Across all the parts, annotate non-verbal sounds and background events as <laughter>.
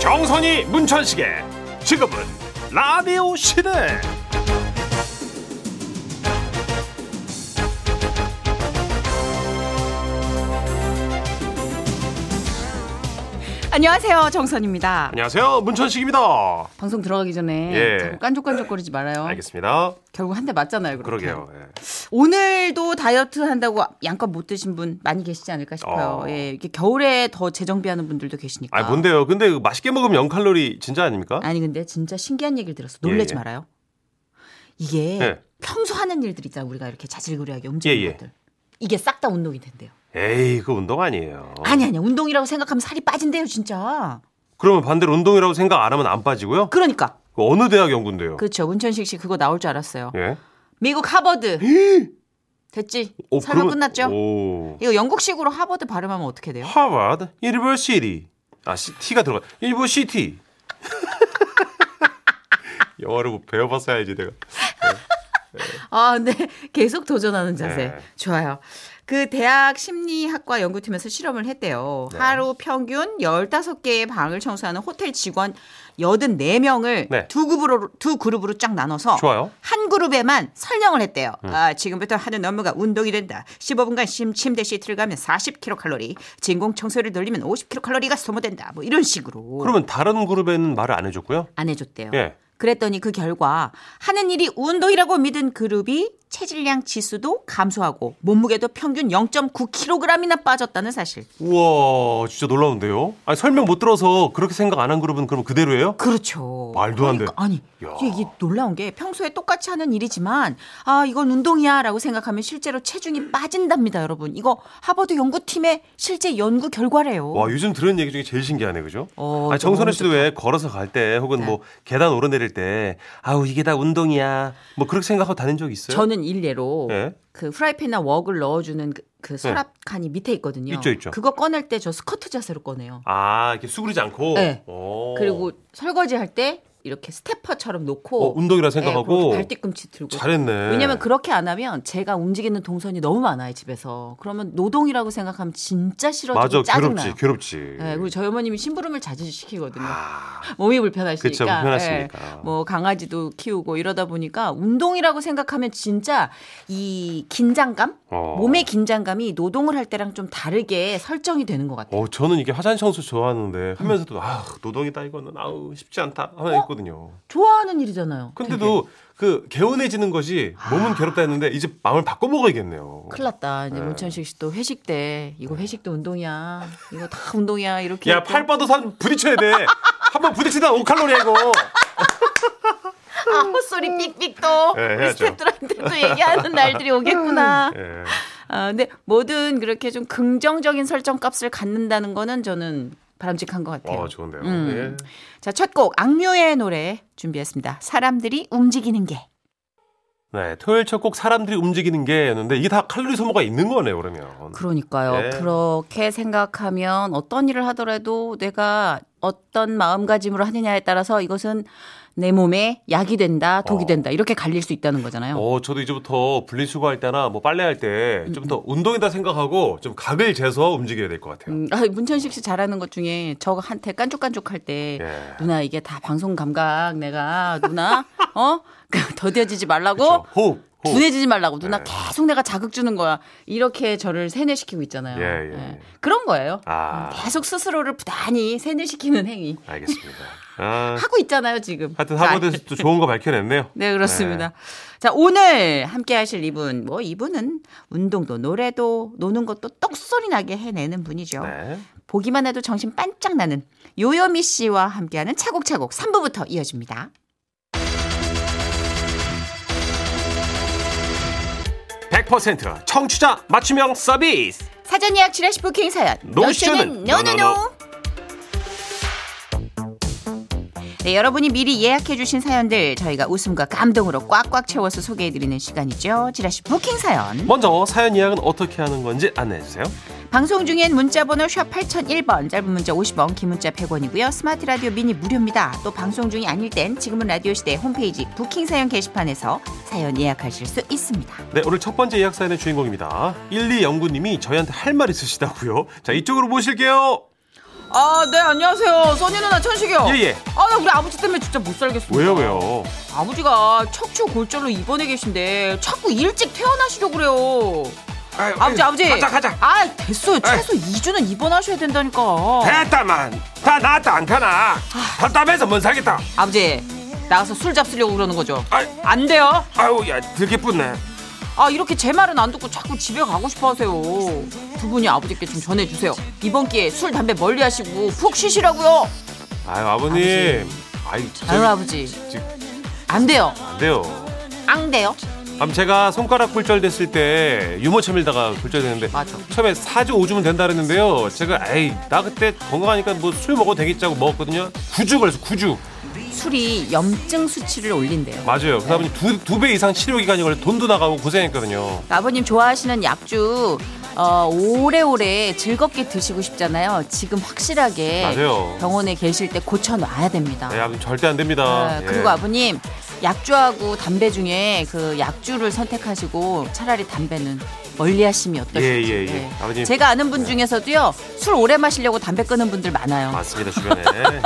정선이 문천식의 지금은 라디오 시대 안녕하세요 정선입니다. 안녕하세요 문천식입니다 방송 들어가기 전에 예. 자꾸 깐족깐족거리지 말아요. 알겠습니다 결국 한 대 맞잖아요. 그렇게. 그러게요 예. 오늘도 다이어트 한다고 양껏 못 드신 분 많이 계시지 않을까 싶어요. 어. 예, 이게 겨울에 더 재정비하는 분들도 계시니까. 아 뭔데요 근데 이거 맛있게 먹으면 0칼로리 진짜 아닙니까 아니, 근데 진짜 신기한 얘기를 들었어. 놀라지 예, 예. 말아요. 이게 예. 평소 하는 일들 있잖아 우리가 이렇게 자질구레하게 움직이는 예, 예. 것들. 이게 싹 다 운동이 된대요. 에이 그 운동 아니에요 아니 아니 운동이라고 생각하면 살이 빠진대요 진짜. 그러면 반대로 운동이라고 생각 안 하면 안 빠지고요 그러니까 그 어느 대학 연구인데요 그렇죠 문천식 씨 그거 나올 줄 알았어요. 예 미국 하버드 됐지 오, 사 어, 람 그러면- 끝났죠. 오. 이거 영국식으로 하버드 발음하면 어떻게 돼요? 하버드 유니버시티 아 시, T가 들어가 유니버시티 <laughs> 영어를 뭐 배워봤어야지 내가 아, 근데 <laughs> 계속 도전하는 자세. 네. 좋아요. 그 대학 심리학과 연구팀에서 실험을 했대요. 네. 하루 평균 15개의 방을 청소하는 호텔 직원 84명을 네. 두 그룹으로 두 그룹으로 쫙 나눠서 좋아요. 음. 한 그룹에만 설명을 했대요. 아, 지금부터 하는 업무가 운동이 된다. 15분간 심, 침대 시트를 가면 40kcal, 진공 청소를 돌리면 50kcal가 소모된다. 뭐 이런 식으로 그러면 다른 그룹에는 말을 안 해줬고요 안 해줬대요. 예 그랬더니 그 결과 하는 일이 운동이라고 믿은 그룹이 체질량 지수도 감소하고 몸무게도 평균 0.9kg이나 빠졌다는 사실. 우와 진짜 놀라운데요. 아니 설명 못 들어서 그렇게 생각 안 한 그룹은 그럼 그대로예요? 그렇죠. 말도 안 돼. 그러니까, 아니 야. 이게, 이게 놀라운 게 평소에 똑같이 하는 일이지만 아 이건 운동이야라고 생각하면 실제로 체중이 빠진답니다, 여러분. 이거 하버드 연구팀의 실제 연구 결과래요. 와 요즘 들은 얘기 중에 제일 신기하네 그죠? 어, 아 정선혜 너무 네. 씨도 왜 걸어서 갈 때 혹은 뭐 계단 오르내릴 때 아우 이게 다 운동이야 뭐 그렇게 생각하고 다닌 적 있어요? 저는 일례로 예. 그 프라이팬이나 웍을 넣어주는 그, 그 서랍칸이 밑에 있거든요. 있죠, 있죠. 그거 꺼낼 때 저 스커트 자세로 꺼내요. 아 이렇게 수그리지 않고. 네. 오. 그리고 설거지 할 때 이렇게 스테퍼처럼 어, 놓고 운동이라 예, 생각하고 그렇게 발뒤꿈치 들고 잘했네. 왜냐면 그렇게 안 하면 제가 움직이는 동선이 너무 많아요 집에서 그러면 노동이라고 생각하면 진짜 맞아 싫어지고 괴롭지 짜증나요. 괴롭지. 예, 그리고 저희 어머님이 심부름을 자주 시키거든요. 아, 몸이 불편하시니까. 그쵸, 불편하시니까. 예, 뭐 강아지도 키우고 이러다 보니까 운동이라고 생각하면 진짜 이 긴장감, 어. 몸의 긴장감이 노동을 할 때랑 좀 다르게 설정이 되는 것 같아요. 어 저는 이게 화장 청소 음. 좋아하는데 하면서도 아 노동이다 이거는 아우 쉽지 않다 어? 하면 있거든요. 좋아하는 일이잖아요. 아. 되게. 근데도 그 개운해지는 것이 몸은 괴롭다 했는데 이제 마음을 바꿔 먹어야겠네요. 네. 큰일 났다. 이제 문천식 씨도 회식 때 이거 회식도 운동이야. 이거 다 운동이야. 이렇게. 야, 했고. 팔 빠도 산 부딪혀야 돼. 한번 부딪히다 5칼로리야 <laughs> 이거. 아, 헛소리 삑삑 또. 예, 우리 해야죠. 스태프들한테 또 얘기하는 날들이 오겠구나. 예. 아, 근데 뭐든 그렇게 좀 긍정적인 설정 값을 갖는다는 거는 저는 바람직한 것 같아요. 어, 좋은데요. 음. 예. 자, 첫 곡 악뮤의 노래 준비했습니다. 사람들이 움직이는 게. 네, 토요일 첫 곡 사람들이 움직이는 게였는데 이게 다 칼로리 소모가 있는 거네요, 그러면. 그러니까요. 예. 그렇게 생각하면 어떤 일을 하더라도 내가 어떤 마음가짐으로 하느냐에 따라서 이것은 내 몸에 약이 된다, 독이 어. 된다 이렇게 갈릴 수 있다는 거잖아요. 어, 저도 이제부터 분리수거 할 때나 뭐 빨래 할 때 음, 좀 더 운동이다 생각하고 좀 각을 재서 움직여야 될 것 같아요. 음, 아, 문천식 씨 잘하는 것 중에 저한테 깐족깐족할 때 예. 누나 이게 다 방송 감각 내가 누나 어 <laughs> 그렇죠. 더뎌지지 말라고 호흡, 호흡. 둔해지지 말라고 누나 네. 계속 내가 자극 주는 거야 이렇게 저를 세뇌시키고 있잖아요. 예, 예. 그런 거예요. 아, 계속 스스로를 부단히 세뇌시키는 행위 알겠습니다. 아, 하고 있잖아요 지금. 하여튼 자, 하버드에서 또 좋은 거 밝혀냈네요. 네, 그렇습니다. 자, 오늘 함께 하실 이분, 뭐, 이분은 운동도 노래도 노는 것도 똑소리 나게 해내는 분이죠. 네. 보기만 해도 정신 반짝 나는 요요미 씨와 함께하는 차곡차곡 3부부터 이어집니다. 백퍼센트 청취자 맞춤형 서비스. 사전 예약 지라시 부킹 사연. 노션은 노노노. 네, 여러분이 미리 예약해 주신 사연들 저희가 웃음과 감동으로 꽉꽉 채워서 소개해 드리는 시간이죠. 지라시 부킹 사연. 먼저 사연 예약은 어떻게 하는 건지 안내해 주세요. 방송 중엔 문자 번호 샵 8001번 짧은 문자 50원 긴 문자 100원이고요. 스마트 라디오 미니 무료입니다. 또 방송 중이 아닐 땐 지금은 라디오 시대 홈페이지 부킹 사연 게시판에서 사연 예약하실 수 있습니다. 네, 오늘 첫 번째 예약 사연의 주인공입니다. 1209님이 저희한테 할 말 있으시다고요. 자, 이쪽으로 모실게요. 아, 네, 안녕하세요. 써니 누나 천식이요. 예, 예. 아, 나 우리 아버지 때문에 진짜 못 살겠습니다. 왜요, 왜요? 아버지가 척추 골절로 입원해 계신데 자꾸 일찍 퇴원하시려고 그래요. 아유, 아버지, 아유, 아버지. 가자 가자 아, 됐어요. 네. 최소 2주는 입원하셔야 된다니까. 됐다만 다 나았다 안 아. 타나 답답해서 못 살겠다 아버지, 나가서 술 잡수려고 그러는 거죠. 아이. 안 돼요. 아유 야 들기 뿐네 아, 이렇게 제 말은 안 듣고 자꾸 집에 가고 싶어 하세요. 두 분이 아버지께 좀 전해주세요. 이번 기회에 술, 담배 멀리 하시고 푹 쉬시라고요. 아유, 아버님. 아이, 아유, 저, 아버지. 저, 안 돼요. 안 돼요. 안 돼요. 암 제가 손가락 골절됐을 때 유모 참일다가 골절됐는데 맞아. 처음에 4주 5주면 된다 그랬는데요. 제가 에이, 나 그때 건강하니까 뭐 술 먹어도 되겠지 하고 먹었거든요. 9주 그래서 9주. 술이 염증 수치를 올린대요. 맞아요. 그다 보니 두, 두 배 이상 치료 기간이 걸려 돈도 나가고 고생했거든요. 아버님 좋아하시는 약주 어, 오래오래 즐겁게 드시고 싶잖아요. 지금 확실하게 맞아요. 병원에 계실 때 고쳐놔야 됩니다. 네, 아버님 절대 안 됩니다. 아, 예. 그리고 아버님 약주하고 담배 중에 그 약주를 선택하시고 차라리 담배는 멀리하심이 어떠실지. 예, 예, 예. 아버님. 제가 아는 분 중에서도요 술 오래 마시려고 담배 끊은 분들 많아요. 맞습니다 주변에 예.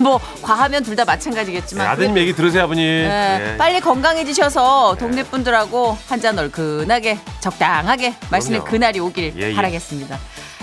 <laughs> 뭐 과하면 둘 다 마찬가지겠지만. 네, 아드님 얘기 들으세요 아버님. 예, 예. 빨리 건강해지셔서 동네 분들하고 한 잔 얼큰하게 적당하게 마시는 그럼요. 그날이 오길 예, 예. 바라겠습니다.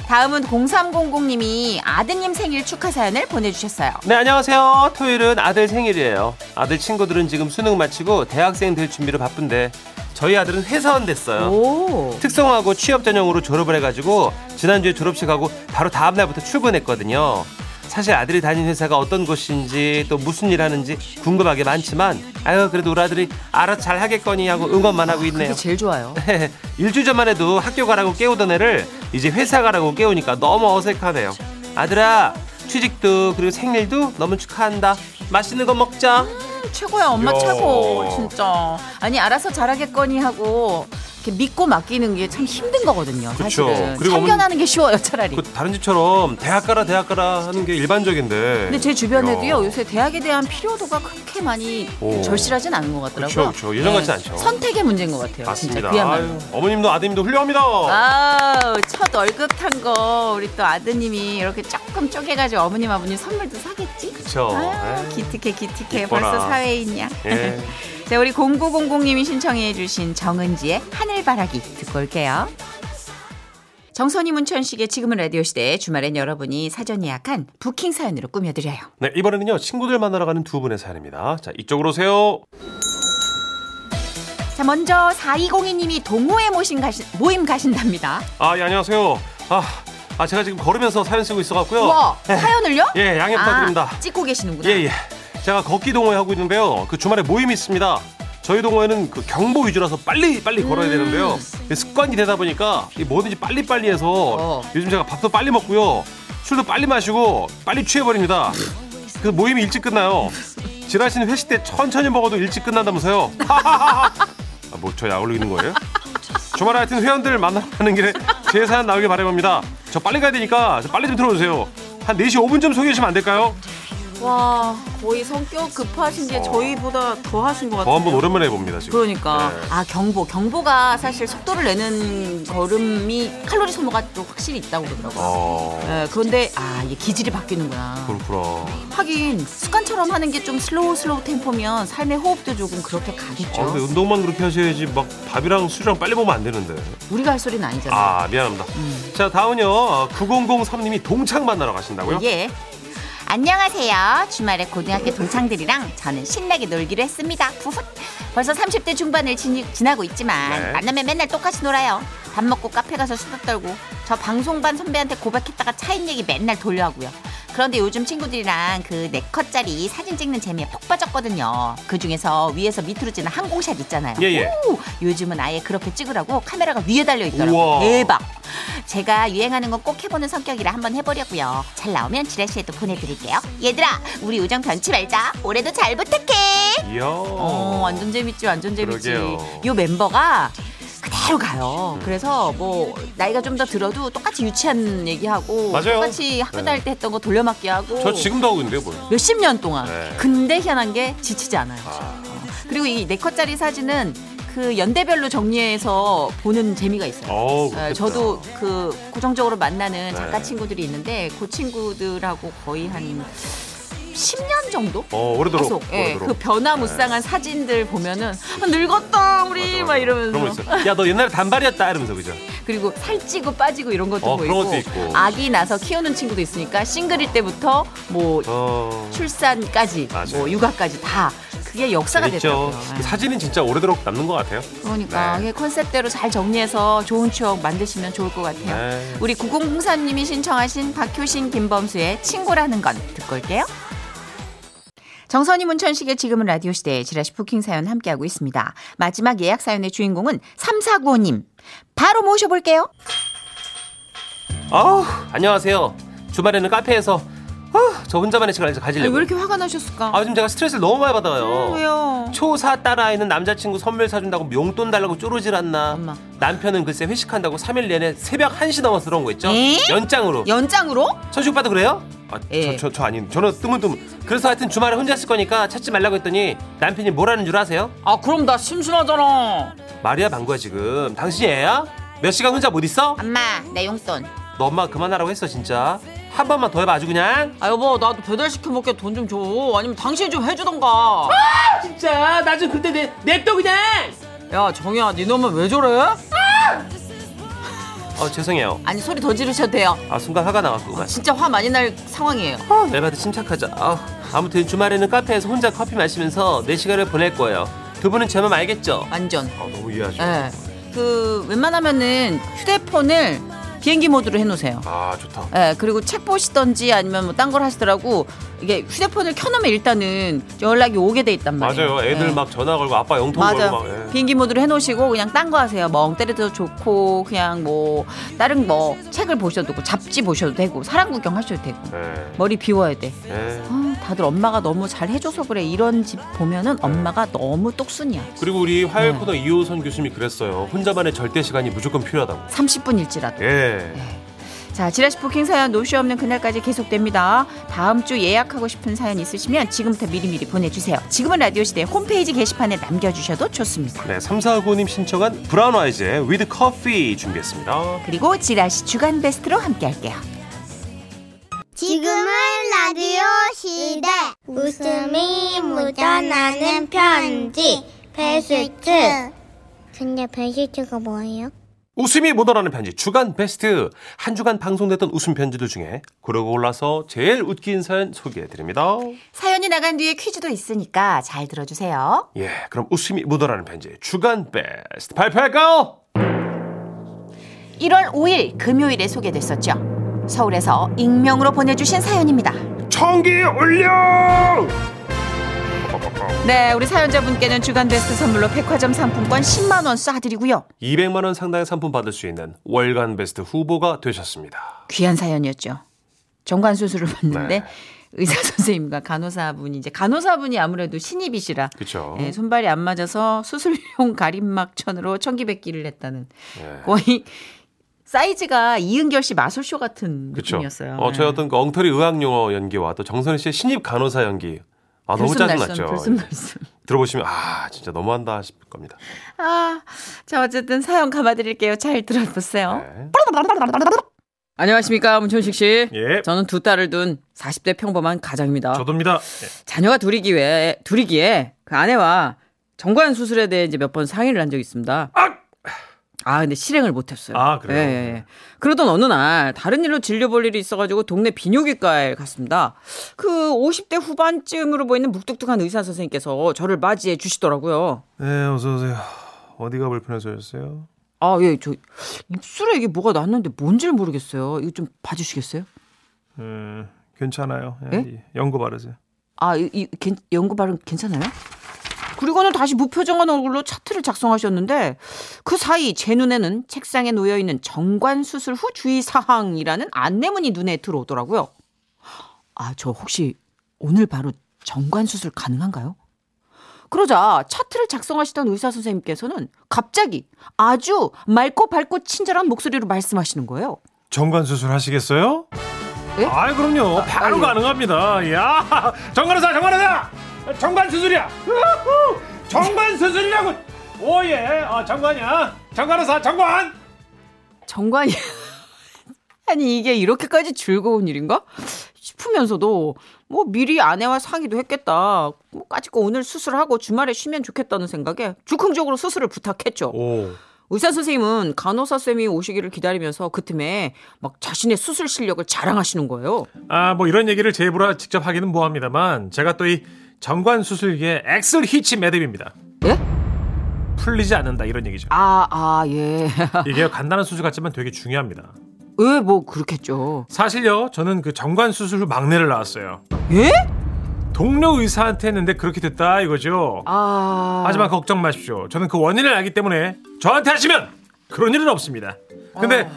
다음은 0300님이 아드님 생일 축하 사연을 보내주셨어요. 네 안녕하세요. 토요일은 아들 생일이에요. 아들 친구들은 지금 수능 마치고 대학생 될 준비로 바쁜데 저희 아들은 회사원 됐어요. 오, 특성화하고 취업 전형으로 졸업을 해가지고 지난주에 졸업식하고 바로 다음 날부터 출근했거든요. 사실 아들이 다닌 회사가 어떤 곳인지 또 무슨 일 하는지 궁금하게 많지만 아유 그래도 우리 아들이 알아 잘 하겠거니 하고 응원만 하고 있네요. <laughs> 그게 제일 좋아요. 일주일 전만 해도 학교 가라고 깨우던 애를 이제 회사 가라고 깨우니까 너무 어색하네요. 아들아, 취직도 그리고 생일도 너무 축하한다. 맛있는 거 먹자. 최고야 엄마 야. 최고 진짜. 아니 알아서 잘하겠거니 하고 이렇게 믿고 맡기는 게 참 힘든 거거든요. 그쵸. 사실은 그리고 어머니- 참견하는 게 쉬워요 차라리. 그 다른 집처럼 대학 가라 대학 가라 하는 게 일반적인데. 근데 제 주변에도요 야. 요새 대학에 대한 필요도가 그렇게 많이 오. 절실하진 않은 것 같더라고요. 네. 그쵸, 그쵸. 예전 같지 않죠. 선택의 문제인 것 같아요. 진짜 맞습니다. 그야말로. 아유, 어머님도 아드님도 훌륭합니다. 아우 첫 월급 탄 거 우리 또 아드님이 이렇게 조금 쪼개가지고 어머님 아버님 선물도 사겠지? 그쵸. 아유, 에이, 기특해 기특해 이뻐라. 벌써 사회인이야. 예. 자 우리 0900님이 신청해주신 정은지의 하늘바라기 듣고 올게요. 정선이 문천식의 지금은 라디오 시대 주말엔 여러분이 사전 예약한 부킹 사연으로 꾸며드려요. 네, 이번에는요 친구들 만나러 가는 두 분의 사연입니다. 자, 이쪽으로 오세요. 자 먼저 4202님이 동호회 모신 가시, 모임 가신답니다. 아, 예, 안녕하세요. 아, 아 제가 지금 걸으면서 사연 쓰고 있어갖고요. 우와 사연을요? <laughs> 예, 양해 부탁드립니다. 아, 찍고 계시는구나. 예, 예. 제가 걷기 동호회 하고 있는데요. 그 주말에 모임이 있습니다. 저희 동호회는 그 경보 위주라서 빨리 빨리 걸어야 음, 되는데요. 습관이 되다 보니까 이 뭐든지 빨리 빨리 해서 어. 요즘 제가 밥도 빨리 먹고요. 술도 빨리 마시고 빨리 취해버립니다. 그 모임이 일찍 끝나요. 지라시는 회식 때 천천히 먹어도 일찍 끝난다면서요. <laughs> 아, 뭐 저희 아울리는 거예요? 주말에 하여튼 회원들 만나러 가는 길에 제 사연 나오길 바라봅니다. 저 빨리 가야 되니까 저 빨리 좀 들어주세요. 한 4시 5분쯤 소개해 주시면 안 될까요? 와 거의 성격 급하신 게 저희보다 더 하신 것 어. 더 같아요. 한번 오랜만에 해봅니다 지금. 그러니까 네. 아 경보 경보가 사실 속도를 내는 걸음이 칼로리 소모가 또 확실히 있다고 그러더라고요. 어, 예, 그런데 아 이게 기질이 바뀌는구나. 그렇구나. 아, 하긴 습관처럼 하는 게 좀 슬로우 슬로우 템포면 삶의 호흡도 조금 그렇게 가겠죠. 아, 근데 운동만 그렇게 하셔야지 막 밥이랑 술이랑 빨리 먹으면 안 되는데. 우리가 할 소리는 아니잖아요. 아 미안합니다. 자 다음은요. 9003님이 동창 만나러 가신다고요? 예. 안녕하세요. 주말에 고등학교 동창들이랑 저는 신나게 놀기로 했습니다. 후훗. 벌써 30대 중반을 지니, 지나고 있지만 네. 만나면 맨날 똑같이 놀아요. 밥 먹고 카페 가서 수다 떨고 저 방송반 선배한테 고백했다가 차인 얘기 맨날 돌려하고요. 그런데 요즘 친구들이랑 그 네컷짜리 사진 찍는 재미에 폭 빠졌거든요. 그중에서 위에서 밑으로 찌는 항공샷 있잖아요. 예, 예. 오, 요즘은 아예 그렇게 찍으라고 카메라가 위에 달려 있더라고요. 우와. 대박. 제가 유행하는 건 꼭 해보는 성격이라 한번 해보려고요. 잘 나오면 지라시에도 보내드릴게요. 얘들아, 우리 우정 변치 말자. 올해도 잘 부탁해. 이야. 어, 완전 재밌지, 완전 재밌지. 그러게요. 요 멤버가 그대로 가요. 그래서 뭐 나이가 좀 더 들어도 똑같이 유치한 얘기하고 맞아요. 네. 똑같이 학교 다닐 때 했던 거 돌려막기 하고 저 지금도 하고 있는데요, 뭘? 몇십 년 동안. 네. 근데 희한한 게 지치지 않아요. 아, 그리고 이 네컷짜리 사진은 그 연대별로 정리해서 보는 재미가 있어요. 어우, 네, 그렇겠다. 저도 그 고정적으로 만나는 작가 네. 친구들이 있는데 그 친구들하고 거의 한 10년 정도? 어, 오래도록. 계속 예, 오래도록. 네. 그 변화무쌍한 사진들 보면은 아, 늙었다 우리 맞아, 맞아. 막 그런 거 이러면서 있어요. 야, 너 옛날에 단발이었다 이러면서 그죠? 그리고 살찌고 빠지고 이런 것도 어, 그런 보이고 것도 있고. 아기 나서 키우는 친구도 있으니까 싱글일 때부터 뭐 어. 출산까지 맞아요. 뭐 육아까지 다 그게 역사가 있죠. 됐더라고요. 그 예. 사진은 진짜 오래도록 남는 것 같아요. 그러니까 네. 이게 컨셉대로 잘 정리해서 좋은 추억 만드시면 좋을 것 같아요. 네. 우리 9003님이 신청하신 박효신 김범수의 친구라는 건 듣고 올게요. 정선이 문천식의 지금은 라디오 시대의 지라시 부킹 사연 함께하고 있습니다. 마지막 예약 사연의 주인공은 3495님. 바로 모셔볼게요. 아우, 안녕하세요. 주말에는 카페에서 아, 저 혼자만의 시간을 가지려고. 화가 나셨을까? 아, 요즘 제가 스트레스를 너무 많이 받아요. 음, 네, 왜요? 초사 따라있는 남자친구 선물 사준다고 용돈 달라고 쪼르질 않나. 엄마. 남편은 글쎄 회식한다고 3일 내내 새벽 1시 넘어서 들어온 거 있죠? 에? 연장으로. 연장으로? 천식 오빠도 그래요? 아, 예. 저, 저, 저 아닌. 저는 뜨문뜨문. 그래서 하여튼 주말에 혼자 있을 거니까 찾지 말라고 했더니 남편이 뭐라는 줄 아세요? 아 그럼 나 심심하잖아. 말이야 방구야 지금. 당신이 애야? 몇 시간 혼자 못 있어? 엄마 내 용돈. 너 엄마 그만하라고 했어 진짜. 한 번만 더 해봐 아주 그냥. 아 여보 나도 배달시켜 먹게 돈 좀 줘 아니면 당신 좀 해주던가 진짜 나 좀 그때 내, 냅둬 그냥. 야 정희야 네 놈은 왜 저래? 어 죄송해요. 아니 소리 더 지르셔도 돼요 아 순간 화가 나왔구만. 어, 진짜 화 많이 날 상황이에요 내봐도 침착하자. 아, 아무튼 주말에는 카페에서 혼자 커피 마시면서 내 시간을 보낼 거예요. 두 분은 제 맘 알겠죠? 완전 아, 너무 이해하죠. 예. 그 웬만하면은 휴대폰을 비행기 모드로 해놓으세요. 아 좋다. 예, 그리고 책 보시던지 아니면 뭐 딴 걸 하시더라고 이게 휴대폰을 켜놓으면 일단은 연락이 오게 돼 있단 말이에요. 맞아요. 네. 애들 예. 막 전화 걸고 아빠 용돈 걸고 맞아요. 막. 예. 비행기 모드로 해놓으시고 그냥 딴 거 하세요. 멍 때려도 좋고 그냥 뭐 다른 뭐 책을 보셔도 되고 잡지 보셔도 되고 사람 구경 하셔도 되고 예. 머리 비워야 돼. 예. 아, 다들 엄마가 너무 잘 해줘서 그래. 이런 집 보면은 엄마가 너무 똑순이야. 그리고 우리 화요일 코너 이호선 교수님이 그랬어요. 혼자만의 절대 시간이 무조건 필요하다고. 30분일지라도. 예. 자, 지라시 부킹 사연 노쇼 없는 그날까지 계속됩니다. 다음 주 예약하고 싶은 사연 있으시면 지금부터 미리미리 보내주세요. 지금은 라디오 시대 홈페이지 게시판에 남겨주셔도 좋습니다. 네, 3459님 신청한 브라운 아이즈의 위드 커피 준비했습니다. 그리고 지라시 주간 베스트로 함께할게요. 지금은 라디오 시대 웃음이 묻어나는 편지 베스트 근데 베스트가 뭐예요? 웃음이 묻어나는 편지 주간 베스트 한 주간 방송됐던 웃음 편지들 중에 고르고 올라서 제일 웃긴 사연 소개해드립니다. 사연이 나간 뒤에 퀴즈도 있으니까 잘 들어주세요. 예, 그럼 웃음이 묻어나는 편지 주간 베스트 발표할까요? 1월 5일 금요일에 소개됐었죠. 서울에서 익명으로 보내주신 사연입니다. 청기 올려 네, 우리 사연자분께는 주간 베스트 선물로 백화점 상품권 10만 원 쏴드리고요. 200만 원 상당의 상품 받을 수 있는 월간 베스트 후보가 되셨습니다. 귀한 사연이었죠. 정관 수술을 받는데 네. 의사 선생님과 간호사분이 이제 간호사분이 아무래도 신입이시라 그쵸. 예, 손발이 안 맞아서 수술용 가림막천으로 청기백기를 했다는 예. 거의 사이즈가 이은결 씨 마술쇼 같은 그쵸. 느낌이었어요. 네. 예. 어, 저희 어떤 그 엉터리 의학 용어 연기와 또 정선희 씨의 신입 간호사 연기. 아, 너무 짜증났죠. 불순날순. 들어보시면, 아, 진짜 너무한다 싶을 겁니다. 아, 자 어쨌든 사연 감아드릴게요. 잘 들어보세요. 네. 안녕하십니까 문천식 씨 예. 저는 두 딸을 둔 40대 평범한 가장입니다 저도입니다. 자녀가 둘이기에 둘이기에 그 아내와 정관 수술에 대해 이제 몇 번 상의를 한 적이 있습니다. 아! 근데 실행을 못했어요. 아, 그래요? 예, 예, 예. 그러던 어느 날 다른 일로 진료볼 일이 있어가지고 동네 비뇨기과에 갔습니다. 그 50대 후반쯤으로 보이는 묵뚝뚝한 의사 선생님께서 저를 맞이해 주시더라고요. 네, 어서오세요. 어디가 불편해서 오셨어요? 아, 예, 저 입술에 이게 뭐가 났는데 뭔지를 모르겠어요. 이거 좀 봐주시겠어요? 네, 음, 괜찮아요. 예? 네? 예? 연고 바르세요. 아, 이, 이 괜- 연구 발음 괜찮아요? 그리고는 다시 무표정한 얼굴로 차트를 작성하셨는데 그 사이 제 눈에는 책상에 놓여 있는 정관 수술 후 주의 사항이라는 안내문이 눈에 들어오더라고요. 아, 저 혹시 오늘 바로 정관 수술 가능한가요? 그러자 차트를 작성하시던 의사 선생님께서는 갑자기 아주 맑고 밝고 친절한 목소리로 말씀하시는 거예요. 정관 수술 하시겠어요? 예? 아, 그럼요. 바로 아, 예. 가능합니다. 야, 정관의사, 정관의사, 정관 수술이야. 우후! 정관 수술이라고. 오예. 아 장관이야. 장관의사 장관. 정관이 <laughs> 아니 이게 이렇게까지 즐거운 일인가 싶으면서도 뭐 미리 아내와 상의도 했겠다. 뭐 까짓거 오늘 수술하고 주말에 쉬면 좋겠다는 생각에 즉흥적으로 수술을 부탁했죠. 오. 의사 선생님은 간호사 쌤이 오시기를 기다리면서 그 틈에 막 자신의 수술 실력을 자랑하시는 거예요. 아 뭐 이런 얘기를 제 입으로 직접 하기는 뭐합니다만 제가 또 이 정관 수술기의 엑셀 히치 매듭입니다. 예? 풀리지 않는다 이런 얘기죠. 아, 아, 예. <laughs> 이게 간단한 수술 같지만 되게 중요합니다. 왜 뭐 그렇겠죠. 사실요, 저는 그 정관 수술 후 막내를 낳았어요. 예? 동료 의사한테 했는데 그렇게 됐다 이거죠. 아. 하지만 걱정 마십시오. 저는 그 원인을 알기 때문에 저한테 하시면 그런 일은 없습니다. 근데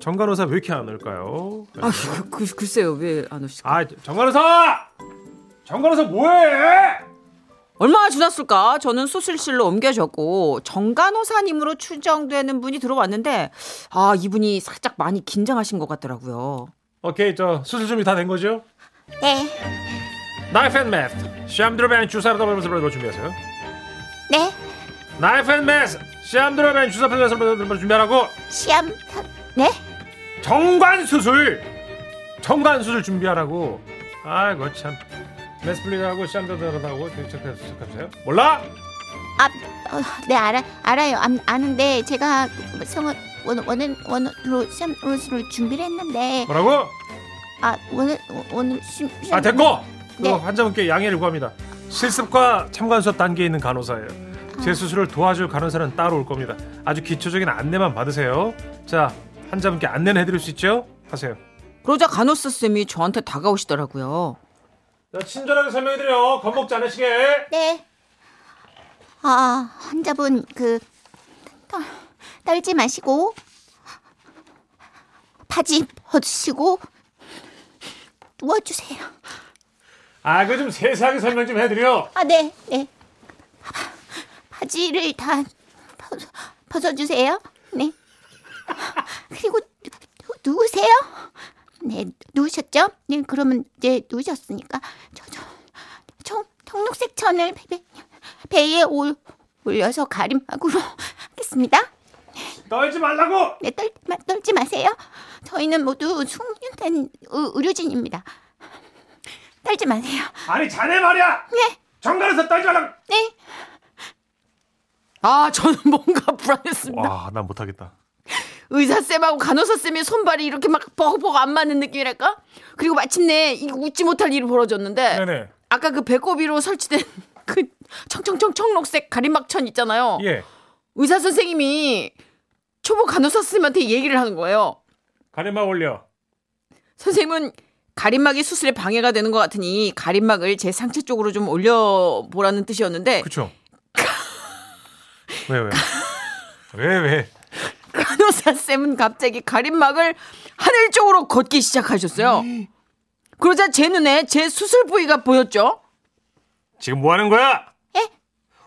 정간호사 왜 이렇게 안 올까요? 아, 그, 그, 글쎄요. 왜 안 오실까? 아, 정간호사! 정간호사 뭐해? 얼마나 지났을까? 저는 수술실로 옮겨졌고 정간호사님으로 추정되는 분이 들어왔는데 아, 이분이 살짝 많이 긴장하신 것 같더라고요. 오케이, 저 수술 준비 다 된 거죠? 네. 나이프 앤 매스 샴드로벤 주사로 더블면서 버 준비하세요. 네. 나이프 앤 매스 샴드로벤 주사 풀면서 준비하라고 시험. 네? 정관 수술 정관 수술 준비하라고 아이고 참 메스플린하고 샴더더하고 대책해주세요 몰라 아, 어, 네 알아 알아요. 아, 아는데 제가 성원 원원 원으로 시험 로스를 준비를 했는데 뭐라고 아 오늘 오- 오늘 시험 아 됐고 네. 그 환자분께 양해를 구합니다 실습과 참관 수업 단계에 있는 간호사예요 제 수술을 도와줄 간호사는 따로 올 겁니다 아주 기초적인 안내만 받으세요 자 환자분께 안내는 해드릴 수 있죠 하세요 그러자 간호사 쌤이 저한테 다가오시더라고요. 자, 친절하게 설명해드려 겁먹지 않으시게 네. 아 환자분 그 떨, 떨지 마시고 바지 벗으시고 누워주세요. 아 그거 좀 세세하게 설명 좀 해드려 아 네 네. 바지를 다 벗- 벗어주세요. 네. 그리고 누, 누우세요? 네, 누우셨죠? 네, 그러면 이제 누우셨으니까 저, 저, 청, 청록색 천을 배, 배, 배에 올, 올려서 가림막으로 하겠습니다. 떨지 말라고 네, 떨, 마, 떨지 마세요. 저희는 모두 숙련된 의- 의료진입니다. 떨지 마세요. 아니 자네 말이야 네, 정관에서 떨지 말라고 네. 아, 저는 뭔가 불안했습니다. 와난 못하겠다 의사 쌤하고 간호사 쌤의 손발이 이렇게 막 버벅버벅 안 맞는 느낌이랄까? 그리고 마침내 이 웃지 못할 일이 벌어졌는데 네네. 아까 그 배꼽 위로 설치된 <laughs> 그 청청청청 녹색 가림막천 있잖아요. 예. 의사 선생님이 초보 간호사 쌤한테 얘기를 하는 거예요. 가래막 올려. 선생님은 가림막이 수술에 방해가 되는 것 같으니 가림막을 제 상체 쪽으로 좀 올려보라는 뜻이었는데 그쵸. 왜, 왜? 왜, 왜? 간호사 쌤은 갑자기 가림막을 하늘 쪽으로 걷기 시작하셨어요. 그러자 제 눈에 제 수술 부위가 보였죠. 지금 뭐 하는 거야? 예?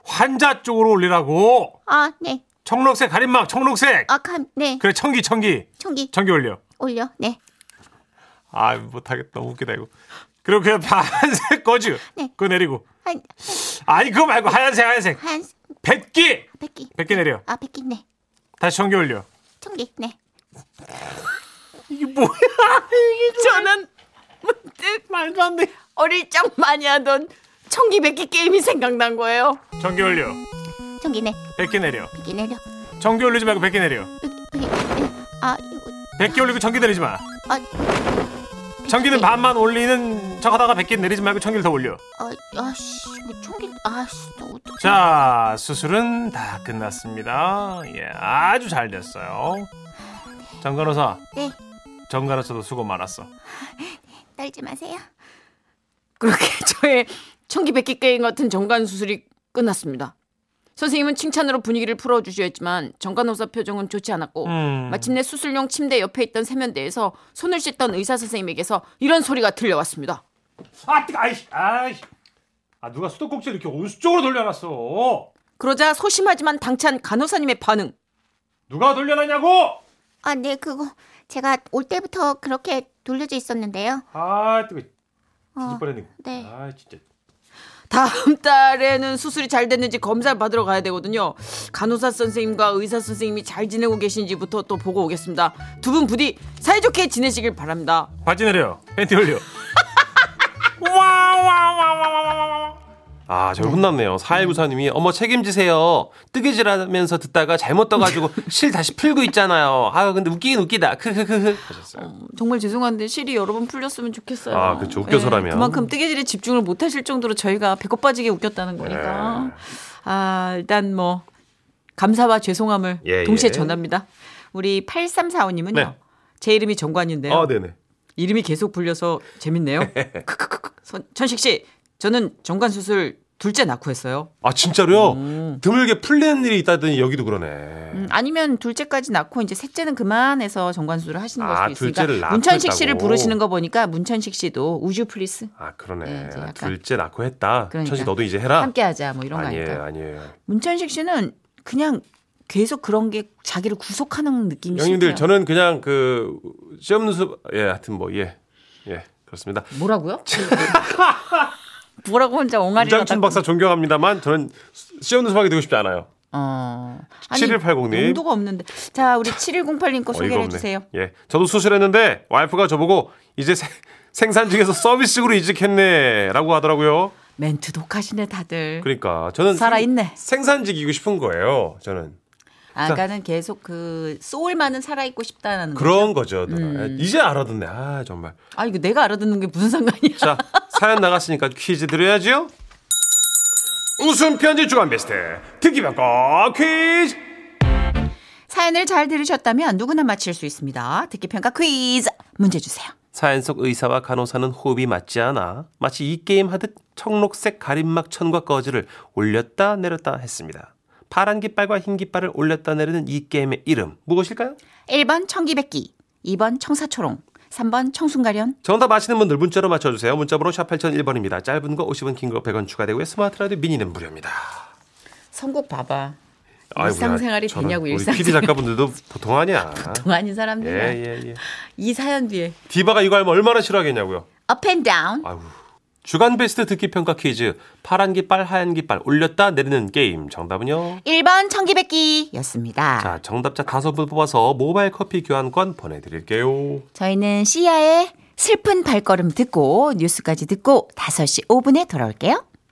환자 쪽으로 올리라고. 아, 네. 청록색 가림막, 청록색. 아, 감, 네. 그래, 청기, 청기. 총기 청기 올려. 올려. 네. 아, 못하겠다. 너무 웃기다, 이거. 그리고 그냥 파란색 거즈. 네. 그거 내리고. 한, 아니, 그거 말고 하얀색, 하얀색. 한, 백기! 백기. 백기 내려. 아, 백기, 네. 다시 청기 올려. 총기, 네. 이게 뭐야? 저는 문득 말도 안 돼. 어릴 적 많이 하던 청기백기 게임이 생각난 거예요. 청기 올려. 총기, 네. 백기 내려. 백기 내려. 청기 올리지 말고 백기 내려. 백기, 백기, 네. 아, 이거, 백기 올리고 청기 내리지 마. 아, 청기는 반만 올리는 척 하다가 100개 내리지 말고 청기를 더 올려. 아, 아씨, 이거 총기, 아씨, 너 어떡해. 자, 수술은 다 끝났습니다. 예, 아주 잘 됐어요. 정간호사, 네, 정간호사도 수고 많았어. 떨지 마세요. 그렇게 <laughs> 저의 청기백기 게임 같은 정관 수술이 끝났습니다. 선생님은 칭찬으로 분위기를 풀어주셔야 했지만 정간호사 표정은 좋지 않았고 음. 마침내 수술용 침대 옆에 있던 세면대에서 손을 씻던 의사 선생님에게서 이런 소리가 들려왔습니다. 아, 뜨거, 아이, 아이. 아, 누가 수도꼭지를 이렇게 온수 쪽으로 돌려놨어. 그러자 소심하지만 당찬 간호사님의 반응. 누가 돌려놨냐고? 아, 네, 그거, 제가 올 때부터 그렇게 돌려져 있었는데요. 아, 뜨거, 뒤집 어, 뻔했네. 네. 아, 진짜. 다음 달에는 수술이 잘 됐는지 검사를 받으러 가야 되거든요. 간호사 선생님과 의사 선생님이 잘 지내고 계신지부터 또 보고 오겠습니다. 두 분 부디 사이좋게 지내시길 바랍니다. 바지 내려. 팬티 올려. <laughs> 아, 저 혼났네요. 4194님이, 어머, 책임지세요. 뜨개질하면서 듣다가 잘못 <laughs> 떠가지고 실 다시 풀고 있잖아요. 아, 근데 웃기긴 웃기다. 크크크크. 하셨어요. 정말 죄송한데 실이 여러 번 풀렸으면 좋겠어요. 아, 그쵸. 웃겨서라면. 예, 그만큼 뜨개질에 집중을 못 하실 정도로 저희가 배꼽 빠지게 웃겼다는 예. 거니까. 아, 일단 뭐 감사와 죄송함을 예, 동시에 예. 전합니다. 우리 8345님은요. 네. 제 이름이 정관인데요. 아, 네네. 이름이 계속 불려서 <laughs> 재밌네요. 크크크크. 선- 천식 씨, 저는 정관 수술 둘째 낳고 했어요. 아, 진짜로요? 드물게 풀리는 일이 있다더니 여기도 그러네. 음, 아니면 둘째까지 낳고 이제 셋째는 그만해서 정관수를 하시는 걸 아, 수도 있으니까 둘째를 낳고 문천식 씨를 했다고. 부르시는 거 보니까 문천식 씨도 우주 플리스 아, 그러네. 네, 이제 아, 약간- 둘째 낳고 했다. 그러니까. 천식 너도 이제 해라. 함께하자 뭐 이런 거 아. 아니에요, 아닐까? 아니에요. 문천식 씨는 그냥 계속 그런 게 자기를 구속하는 느낌이 형님들, 싫대요. 저는 그냥 그, 시험 수, 예, 하여튼 뭐, 예. 예, 그렇습니다. 뭐라고요? <laughs> 뭐라고 혼자 옹알이 이장춘 박사 존경합니다만, 저는 시험 수박이 되고 싶지 않아요. 어. 7180 님. 용도가 없는데. 자, 우리 7108님 거 어이가 소개해 없네. 주세요. 예. 저도 수술했는데 와이프가 저보고 이제 생- 생산직에서 서비스직으로 이직했네라고 하더라고요. 멘트 독하시네 다들. 그러니까 저는 살아있네. 생, 산직이고 싶은 거예요. 저는 아까는 계속 그 소울만은 살아 있고 싶다라는 거. 그런 거죠. 누나. 음. 예, 이제 알아듣네. 아 정말. 아, 이거 내가 알아듣는 게 무슨 상관이야. 자 사연 나갔으니까 퀴즈 드려야죠. 웃음 편지 주간 베스트 듣기 평가 퀴즈. 사연을 잘 들으셨다면 누구나 맞힐 수 있습니다. 듣기 평가 퀴즈 문제 주세요. 사연 속 의사와 간호사는 호흡이 맞지 않아 마치 이 게임 하듯 청록색 가림막 천과 거즈를 올렸다 내렸다 했습니다. 파란 깃발과 흰 깃발을 올렸다 내리는 이 게임의 이름 무엇일까요? 1번 청기백기, 2번 청사초롱, 3번 청순가련. 정답 아시는 분들 문자로 맞춰주세요. 문자번호 샵 8001번입니다. 짧은 거 50원 긴 거 100원 추가되고요. 스마트 라디오 미니는 무료입니다. 선곡 봐봐. 아이고야, 일상생활이 저는 되냐고, 우리 일상생활. PD <laughs> 작가분들도 보통 아니야. 동안인 사람들이야. 예예예. 이 사연 뒤에 디바가 이거 알면 얼마나 싫어하겠냐고요. up and down. 아유. 주간 베스트 듣기 평가 퀴즈 파란 깃발 하얀 깃발 올렸다 내리는 게임 정답은요. 1번 청기백기였습니다. 자, 정답자 다섯 분 뽑아서 모바일 커피 교환권 보내드릴게요. 저희는 시아의 슬픈 발걸음 듣고 뉴스까지 듣고 5시 5분에 돌아올게요.